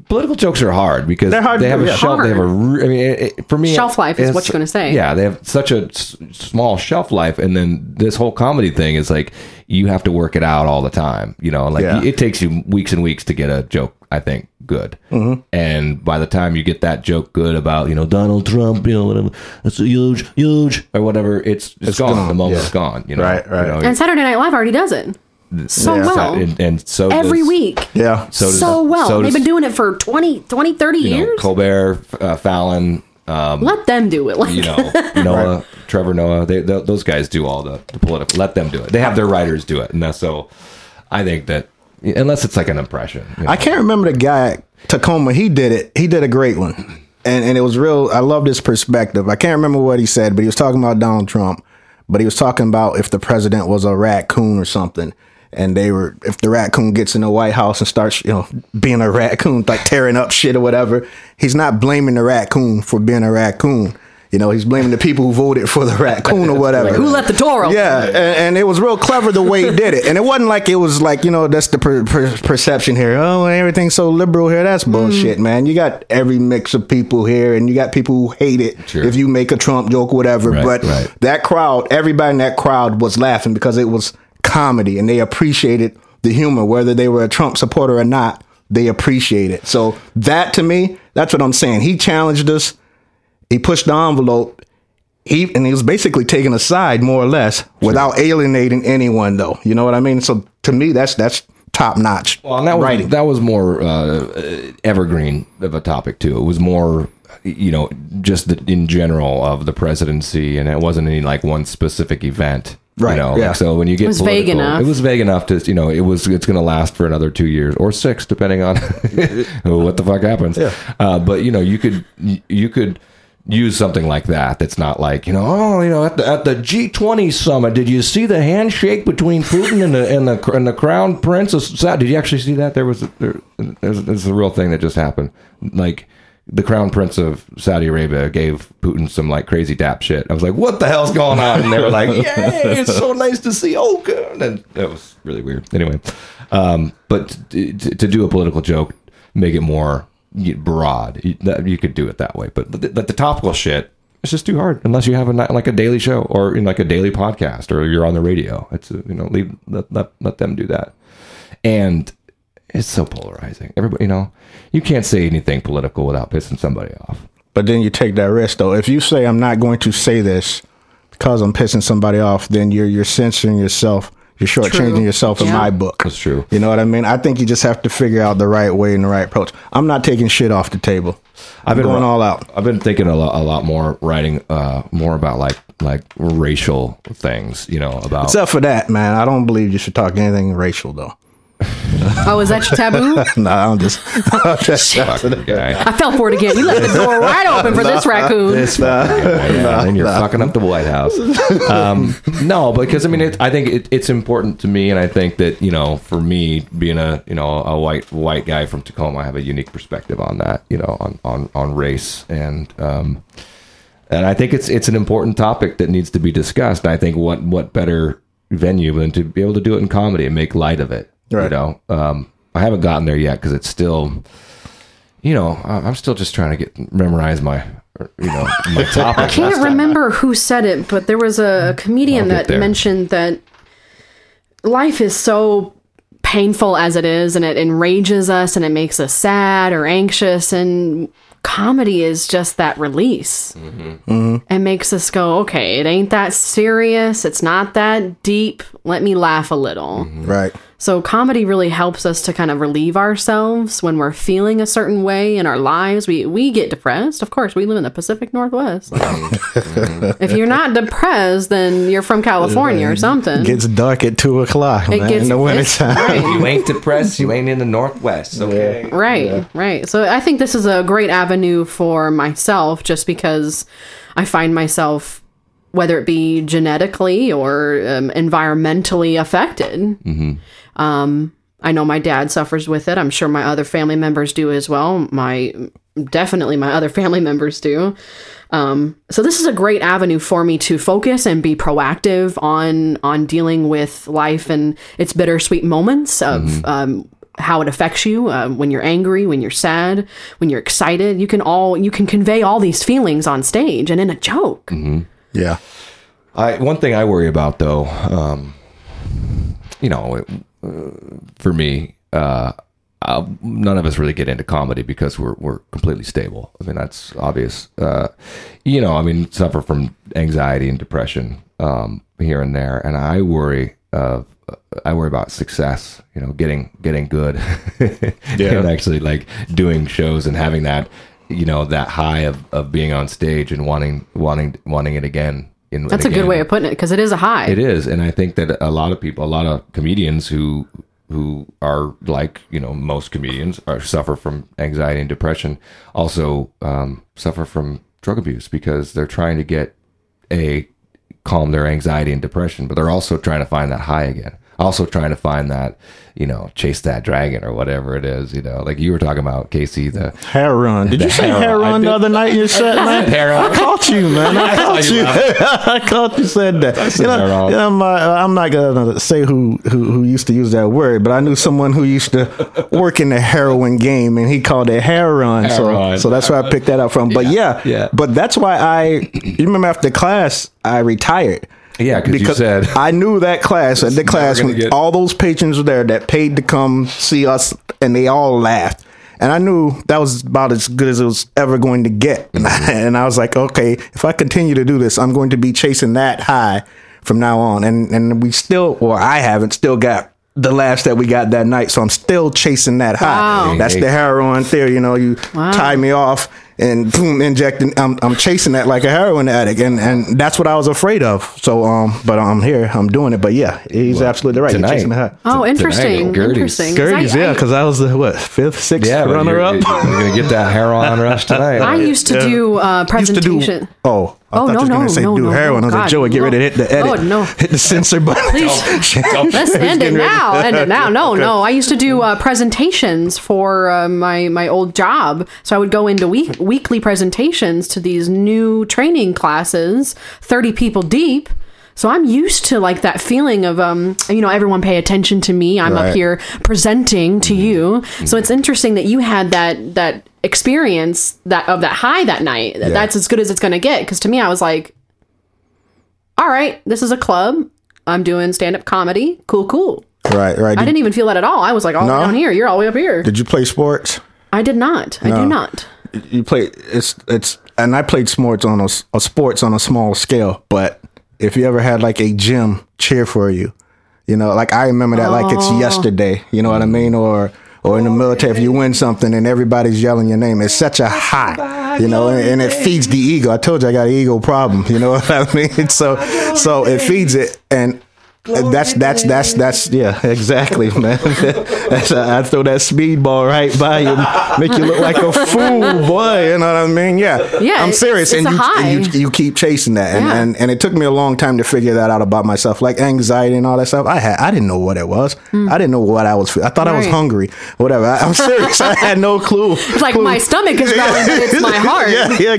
political jokes are hard because
They're hard
they
to
have
do,
a
yeah.
shelf. They have a. re- I mean, it, it- for me,
Shelf life is
it's-
what you're gonna say.
Yeah, they have such a s- small shelf life, and then this whole comedy thing is like you have to work it out all the time. You know, like
Yeah.
it takes you weeks and weeks to get a joke. I think good,
Mm-hmm.
and by the time you get that joke good about you know Donald Trump, you know whatever, that's a huge, huge or whatever, it's it's gone.
gone,
The moment's
yeah.
gone. You know,
Right, right.
You know,
And Saturday Night Live already does it so
Yeah.
well
and, and so
every
does-
week.
Yeah.
So does-
So well.
so
They've
does-
been doing it for 20, 20 30
you know,
years.
Colbert, uh, Fallon,
Let them do it. Like,
you know, Noah, Trevor Noah, they, th those guys do all the, the political. Let them do it. They have their writers do it, and that's so. I think that unless it's like an impression, you know.
I can't remember the guy at Tacoma. He did it. He did a great one, and and it was real. I loved his perspective. I can't remember what he said, but he was talking about Donald Trump. But he was talking about if the president was a raccoon or something, and they were if the raccoon gets in the White House and starts you know being a raccoon, like tearing up shit or whatever. He's not blaming the raccoon for being a raccoon. You know, he's blaming the people who voted for the raccoon or whatever.
who let the door open?
Yeah, and, and it was real clever the way he did it. And it wasn't like it was like you know that's the per, per, perception here. Oh, everything's so liberal here. That's bullshit, man. You got every mix of people here, and you got people who hate it
Sure.
if you make a Trump joke, whatever.
Right,
but
right.
that crowd, everybody in that crowd was laughing because it was comedy, and they appreciated the humor, whether they were a Trump supporter or not. They appreciate it. So that to me, that's what I'm saying. He challenged us. He pushed the envelope he and he was basically taking a side more or less without alienating anyone though you know what i mean so to me that's that's top notch
Well, and that was that was more uh, evergreen of a topic too. It was more, you know, just the, in general of the presidency, and it wasn't any like one specific event.
Right,
You know,
yeah.
so when you get it
was vague enough.
It was vague enough to you know it was it's going to last for another two years or six, depending on what the fuck happens. Yeah. Uh, but you know, you could you- you could use something like that. That's not like you know, oh, you know, at the at the G20 summit, did you see the handshake between Putin and the and the and the crown prince? of Saudi? Did you actually see that? There was there, there's, there's a real thing that just happened. Like. The crown prince of Saudi Arabia gave Putin some like crazy dap shit. I was like, "What the hell's going on?" And they were like, "Yay, it's so nice to see Olga." And that was really weird. Anyway, um, but to, to to do a political joke, make it more y- broad. You, that, you could do it that way, but the, but the topical shit, it's just too hard unless you have a ni- like a daily show or in like a daily podcast or you're on the radio. It's uh, you know leave let, let, let them do that, and it's so polarizing. Everybody, you know, you can't say anything political without pissing somebody off.
but then you take that risk though if you say i'm not going to say this because i'm pissing somebody off then you're you're censoring yourself you're shortchanging
True.
yourself in
Yeah.
my book
That's true.
you know what i mean i think you just have to figure out the right way and the right approach i'm not taking shit off the table i'm going all out
I've been thinking a lot, a lot more writing, uh, more about like like racial things. You know about
except for that man i don't believe you should talk anything racial though
Oh, is that your taboo?
no i'm just
Fuck the guy.
I fell for it again. You left the door wide open for this raccoon.
this fucking guy, yeah, and you're fucking up the White House. Um, no, because I mean, it, I think it, it's important to me, and I think that you know, for me, being a you know a white white guy from Tacoma, I have a unique perspective on that, you know, on on on race, and um, and I think it's it's an important topic that needs to be discussed. I think what what better venue than to be able to do it in comedy and make light of it, you
Right.
know. Um, I haven't gotten there yet because it's still you know, I- I'm still just trying to get memorize my, you know, my
I
topic.
can't remember who said it, but there was a comedian
I'll get
that
there.
mentioned that life is so painful as it is and it enrages us and it makes us sad or anxious and comedy is just that release
Mm-hmm.
and makes us go okay it ain't that serious it's not that deep let me laugh a little
Mm-hmm.
right
so comedy really helps us to kind of relieve ourselves when we're feeling a certain way in our lives. We we get depressed. Of course, we live in the Pacific Northwest. if you're not depressed, then you're from California or something.
gets dark at two o'clock man, in the
it's-
wintertime
Right.
You ain't depressed. You ain't in the Northwest. Okay.
Right, right. So I think this is a great avenue for myself just because I find myself whether it be genetically or um, environmentally affected. Um, I know my dad suffers with it. I'm sure my other family members do as well. My definitely my other family members do. Um, so this is a great avenue for me to focus and be proactive on on dealing with life and its bittersweet moments of um, how it affects you um, when you're angry, when you're sad, when you're excited. You can all you can convey all these feelings on stage and in a joke.
Mm-hmm.
Yeah.
I one thing I worry about though, um, you know, it, uh, for me, uh, i none of us really get into comedy because we're we're completely stable. I mean, that's obvious. Uh, you know, I mean, suffer from anxiety and depression um, here and there, and I worry of. I worry about success, you know, getting getting good, and actually like doing shows and having that you know that high of, of being on stage and wanting wanting wanting it again. In,
That's a good way of putting it because it is a high.
It is, and I think that a lot of people, a lot of comedians who who are like you know most comedians are suffer from anxiety and depression, also um, suffer from drug abuse because they're trying to get a calm their anxiety and depression, but they're also trying to find that high again. Also trying to find that, you know, chase that dragon or whatever it is, you know, like you were talking about, Casey, the
Hair run. Did you say
hair
hair
run. I
run
did.
the other night in your set, man?
Hair run.
I caught you, man. I caught you. I caught you said that. You know,
hair run.
you know, my- uh, I'm not gonna say who, who who used to use that word, but I knew someone who used to work in the heroin game, and he called it hair run.
Hair
so
run.
so that's where I picked that up from. But yeah,
yeah.
But that's why I. You remember after class, I retired.
Yeah, 'cause you said-
I knew that class at the class
gonna
when
get-
all those patrons were there that paid to come see us, and they all laughed. And I knew that was about as good as it was ever going to get. And
Mm-hmm.
I, and I was like, okay, if I continue to do this, I'm going to be chasing that high from now on. And and we still, or I haven't, still got the laughs that we got that night. So I'm still chasing that high.
Wow.
That's the heroin theory. You know, you
Wow.
tie me off and boom, injecting. I'm, I'm chasing that like a heroin addict, and and that's what I was afraid of. So um, but I'm here, I'm doing it. But yeah, he's absolutely right. You're
tonight-
chasing the high.
oh,
Tonight,
interesting.
Gertie's.
interesting. 'Cause
Gertie's,
I,
yeah,
I-
because I was the what fifth, sixth
but
runner
you're,
up.
You're gonna get that hair on rush tonight.
I used to
Yeah.
do uh,
Used to do.
presentation.
Oh, I
Oh,
thought
no,
you was
no,
gonna say
no,
do
no,
heroin. I was
God,
like, Joey, get
no.
ready to hit the edit.
Lord, no.
Hit the censor button.
Please. Let's end it now. End it now. No, no. I used to do uh, presentations for uh, my my old job, so I would go into week, weekly presentations to these new training classes, thirty people deep. So I'm used to like that feeling of um, you know, everyone pay attention to me. I'm
Right.
up here presenting to you. So it's interesting that you had that that experience that of that high that night. That's as good as it's going to get. Because to me, I was like, all right, this is a club. I'm doing stand up comedy. Cool, cool.
Right, right.
I
Did,
didn't even feel that at all. I was like, all the way
No?
down here. You're all the way up here.
did you play sports?
I did not. I do not.
you play it's it's and I played sports on a, s- a sports on a small scale, but if you ever had like a gym cheer for you, you know, like I remember that like it's
Oh.
yesterday, you know what I mean, or or in the military if you win something and everybody's yelling your name, it's such a high, you know, and, and it feeds the ego. I told you I got an ego problem, you know what I mean? So so it feeds it and. that's that's that's that's yeah exactly man. that's, I throw that speedball right by you, make you look like a fool, boy. You know what I mean? Yeah,
Yeah,
I'm
it's-
serious,
it's
and,
a
you,
high.
and you you keep chasing that, and,
Yeah.
and and it took me a long time to figure that out about myself, like anxiety and all that stuff. I had I didn't know what it was. I didn't know what I was. fe- I thought I was
Hmm. Right.
hungry, whatever. I, I'm serious. I had no clue.
It's like my stomach is growling, but it's my heart.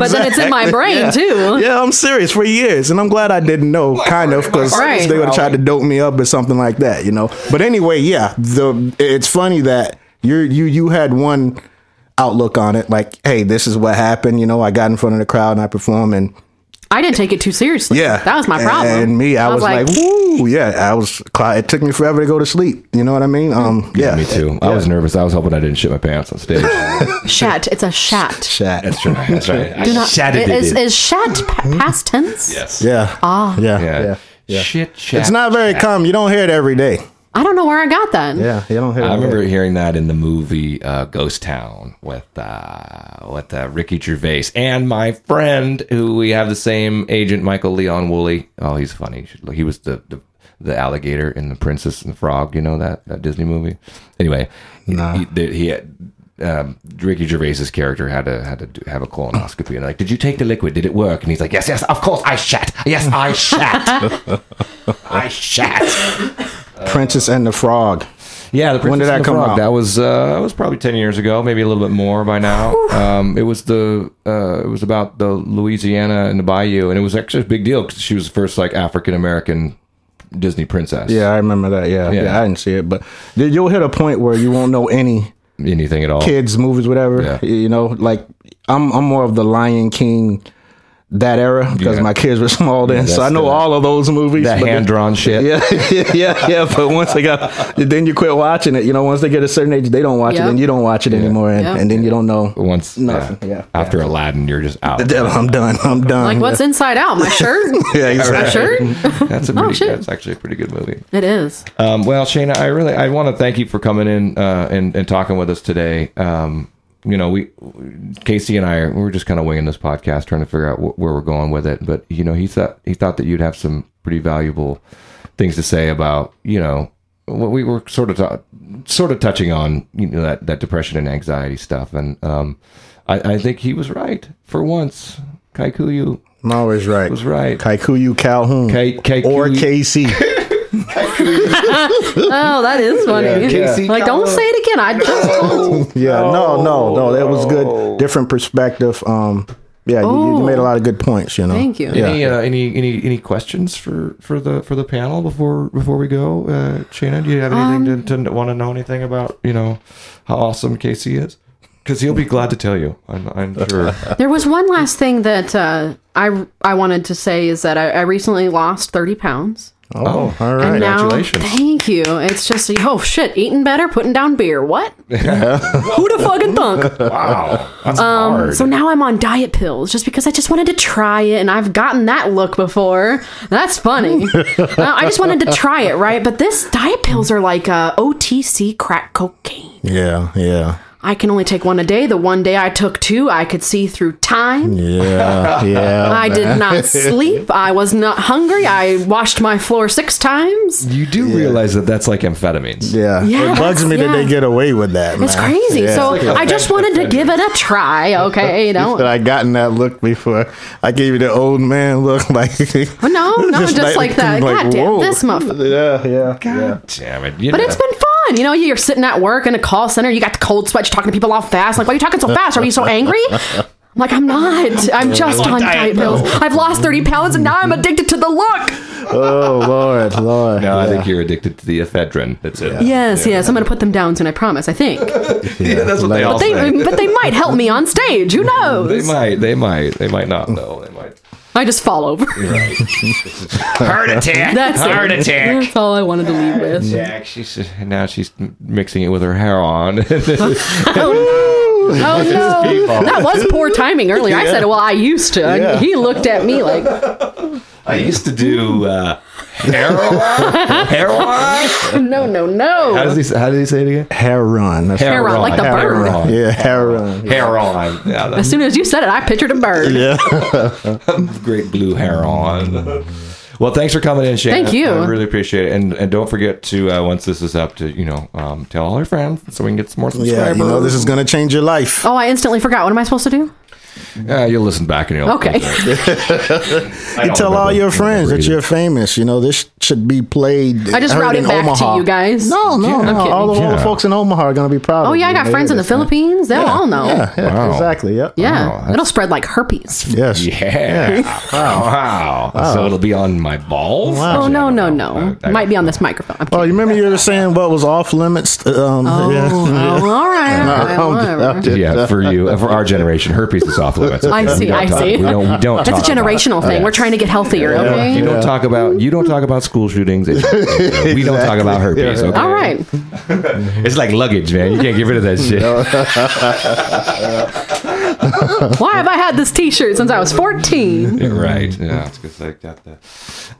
But then it's in my
exactly.
brain,
Yeah.
too.
Yeah, I'm serious for years, and I'm glad I didn't know, kind of, because
Right.
they would have tried to dope me up or something like that, you know. But anyway, yeah, the it's funny that you you you had one outlook on it, like, hey, this is what happened, you know. I got in front of the crowd and I performed, and
I didn't take it too seriously.
yeah,
That was my
And-
problem.
And, me, I, was, like, woo, yeah, I was. It took me forever to go to sleep. You know what I mean? Um, yeah,
Me too. I was nervous. I was hoping I didn't shit my pants on stage.
shat. It's a shat.
Chat.
That's right. That's right. I
Do not.
shattered
It is,
it.
is shat pa-
Mm-hmm.
past tense?
Yes.
Yeah. Ah. Yeah. Yeah.
Yeah.
yeah.
Shit. Chat.
It's not very common. You don't hear it every day.
I don't know where I got that.
Yeah, you don't hear.
I
it
remember hearing that in the movie uh, Ghost Town with uh, with uh, Ricky Gervais and my friend who we have the same agent, Michael Leon Woolley. Oh, he's funny. You should look. He was the, the the alligator in the Princess and the Frog. You know that, that Disney movie. Anyway, he- he, the- he had- um, Ricky Gervais's character had to had to do, have a colonoscopy and like, did you take the liquid? Did it work? And he's like, yes, yes, of course, I shat. Yes, I shat. I shat.
Princess and the Frog.
Yeah, the Princess
When did that
and the
come
Frog.
out?
That was uh, that was probably ten years ago, maybe a little bit more by now. um, it was the uh, it was about the Louisiana and the Bayou, and it was actually a big deal because she was the first like African American Disney princess.
Yeah, I remember that. Yeah, yeah,
Yeah.
I didn't see it, but dude, you'll hit a point where you won't know any
anything at all.
kids movies, whatever.
Yeah.
You know, like I'm, I'm more of the Lion King that era because
Yeah.
my kids were small then, so I
that's
know
the-
all of those movies.
That
but
hand
then-
drawn shit.
yeah, yeah, yeah, yeah. But once they got, then you quit watching it. You know, once they get a certain age, they don't watch
Yep.
it, and you don't watch it anymore, and,
Yep.
and then you don't know.
Once
Nothing,
yeah.
yeah.
after Aladdin, you're just out.
I'm done. I'm done.
Like what's inside out? My shirt.
Yeah, exactly.
My shirt.
That's a
Oh,
pretty.
shit.
that's actually a pretty good movie.
It is.
Um, well, Shayna, I really I want to thank you for coming in uh, and and talking with us today. Um, you know, we Casey and I are, we were just kind of winging this podcast, trying to figure out wh- where we're going with it. But you know, he thought he thought that you'd have some pretty valuable things to say about you know what we were sort of ta- sort of touching on you know that that depression and anxiety stuff, and um, I, I think he was right for once. Kaikuyu
I'm always right.
was right.
Kaikuyu Calhoun
Kai- Kaikuyu-
or KC.
Oh, that is funny.
Casey
like, don't
Calhoun.
say it again. I just told you.
Yeah, no, no, no. That was good. Different perspective. Um, yeah, you, you made a lot of good points. You know.
Oh. Thank you.
Any, uh, any any any questions for, for the for the panel before before we go, uh, Shana? Do you have anything
Um,
to, to want to know anything about you know how awesome Casey is? Because he'll be glad to tell you. I'm, I'm sure.
There was one last thing that uh, I I wanted to say is that I, I recently lost thirty pounds.
Oh, all right.
And now,
congratulations.
Thank you. It's just oh shit, eating better, putting down beer. What? Who the fucking thunk? Um,
wow, that's hard.
So now I'm on diet pills just because I just wanted to try it, and I've gotten that look before. That's funny. Uh, I just wanted to try it, right? But this diet pills are like uh, OTC crack cocaine.
Yeah, yeah,
I can only take one a day. The one day I took two, I could see through time.
yeah,
Oh,
yeah.
I did not sleep. I was not hungry. I washed my floor six times.
you do realize that that's like amphetamines.
Yeah.
Yeah,
it bugs
that's-
me that
yeah.
they get away with that.
It's
man.
crazy.
Yeah.
So I just wanted to give it a try. Okay, you know.
That I gotten that look before. I gave you the old man look, like
But no, no, just, like, that. God damn,
whoa.
this motherfucker.
Yeah, yeah, yeah.
God damn it! You
But
know.
it's been fun. You know, you're sitting at work in a call center. You got the cold sweat. You're talking to people all fast. Like, why are you talking so fast? Are you so angry? I'm like, I'm not. I'm just on diet pills. I've lost 30 pounds and now I'm addicted to the look.
Oh Lord, Lord.
no, I
yeah.
think you're addicted to the ephedrine. That's it.
Yes, yes. I'm going to put them down soon, I promise. I think.
Yeah, that's what they all
They,
say.
but they might help me on stage. Who
They
knows?
might, they might, they might not though. They might.
I just fall over.
Heart attack.
That's it.
Heart attack.
That's all I wanted to leave with.
Yeah, she's now she's mixing it with her hair on.
Oh no! Oh no! That was poor timing earlier. I said, "Well, I used to." And
Yeah.
He looked at me like,
I used to do uh, heroin. heroin.
"No, no,
How
no!"
does he? How did he say it again?
Heron. That's
Heron, like the bird.
Heron.
Yeah, heron.
Heron. Yeah,
As
that's
soon as you said it, I pictured a bird.
great blue heron. Well, thanks for coming in, Shane.
Thank you.
I really appreciate it. And and don't forget to uh, once this is up to you know um, tell all your friends so we can get some more subscribers.
Yeah, you know this is gonna change your life.
Oh, I instantly forgot. What am I supposed to do?
Uh, you'll listen back and you'll
Okay.
You tell all your friends that
either.
you're famous. You know this should be played.
I just
heard
routed
in
back to
Omaha.
you guys.
No, no,
I'm
no.
kidding.
All the, all the
Yeah.
folks in Omaha are gonna be proud.
Oh
of
yeah, I
you when
got
they
friends
hear
in the
this, man.
Philippines. They'll all know. Yeah,
Yeah,
Wow.
exactly. Yep.
Oh, that's-
it'll spread like herpes.
Yes.
Yeah. Wow. So it'll be on my balls.
Wow.
Oh no, no, no!
I- I-
Might be on this microphone. I'm
Oh,
kidding.
you remember you were saying what was off limits? Um,
Oh, oh, all right, all right, whatever.
Yeah, for you, for our generation, herpes is off limits.
I
We
see,
don't
I
talk-
see.
We don't. We don't
That's a
talk about it.
generational thing. We're trying to get healthier. Okay.
You don't talk about you don't talk about school shootings. and- and We don't talk about herpes. Okay?
All right.
It's like luggage, man. You can't get rid of that shit.
Why have I had this T-shirt since I was 14?
You're right. Yeah, it's 'cause I got that.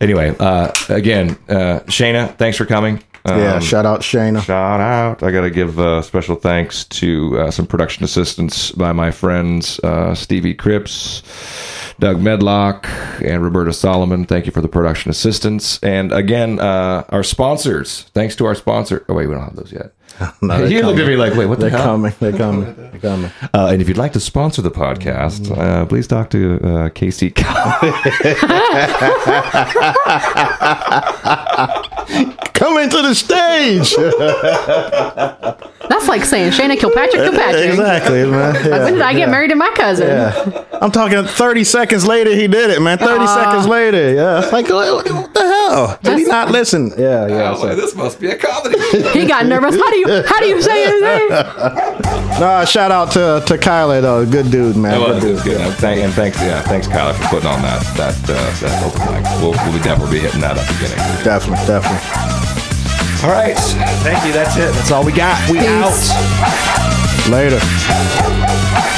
Anyway, uh, again, uh, Shayna, thanks for coming. Um,
yeah, shout out Shayna.
Shout out. I got to give uh, special thanks to uh, some production assistance by my friends uh, Stevie Cripps, Doug Medlock, and Roberta Solomon. Thank you for the production assistance. And again, uh, our sponsors. Thanks to our sponsor. Oh, wait, we don't have those yet. you looked at me like, wait, what the
They're
hell?
coming. They're coming. They're coming.
Uh, and if you'd like to sponsor the podcast, uh, please talk to uh, Casey. Cow-
Coming to the stage.
That's like saying Shana Kilpatrick Kilpatrick.
exactly, man. Yeah.
When did I get married to my cousin?
I'm talking 30 seconds later, he did it, man. 30 seconds later. Yeah. It's like, what, what the hell? Did he not listen? Yeah, yeah. so-
this must be a comedy.
He got nervous. How do you how do you say anything?
Nah, shout out to, to Kyler, though. Good dude, man.
It
Good
was, it was good. And, thank, and thanks, yeah, thanks, Kyler, for putting on that that uh, that open mic. We'll, we'll definitely be hitting that up again.
dude. Definitely, definitely.
All right, thank you. That's it. That's all we got. We
Peace.
out.
Later.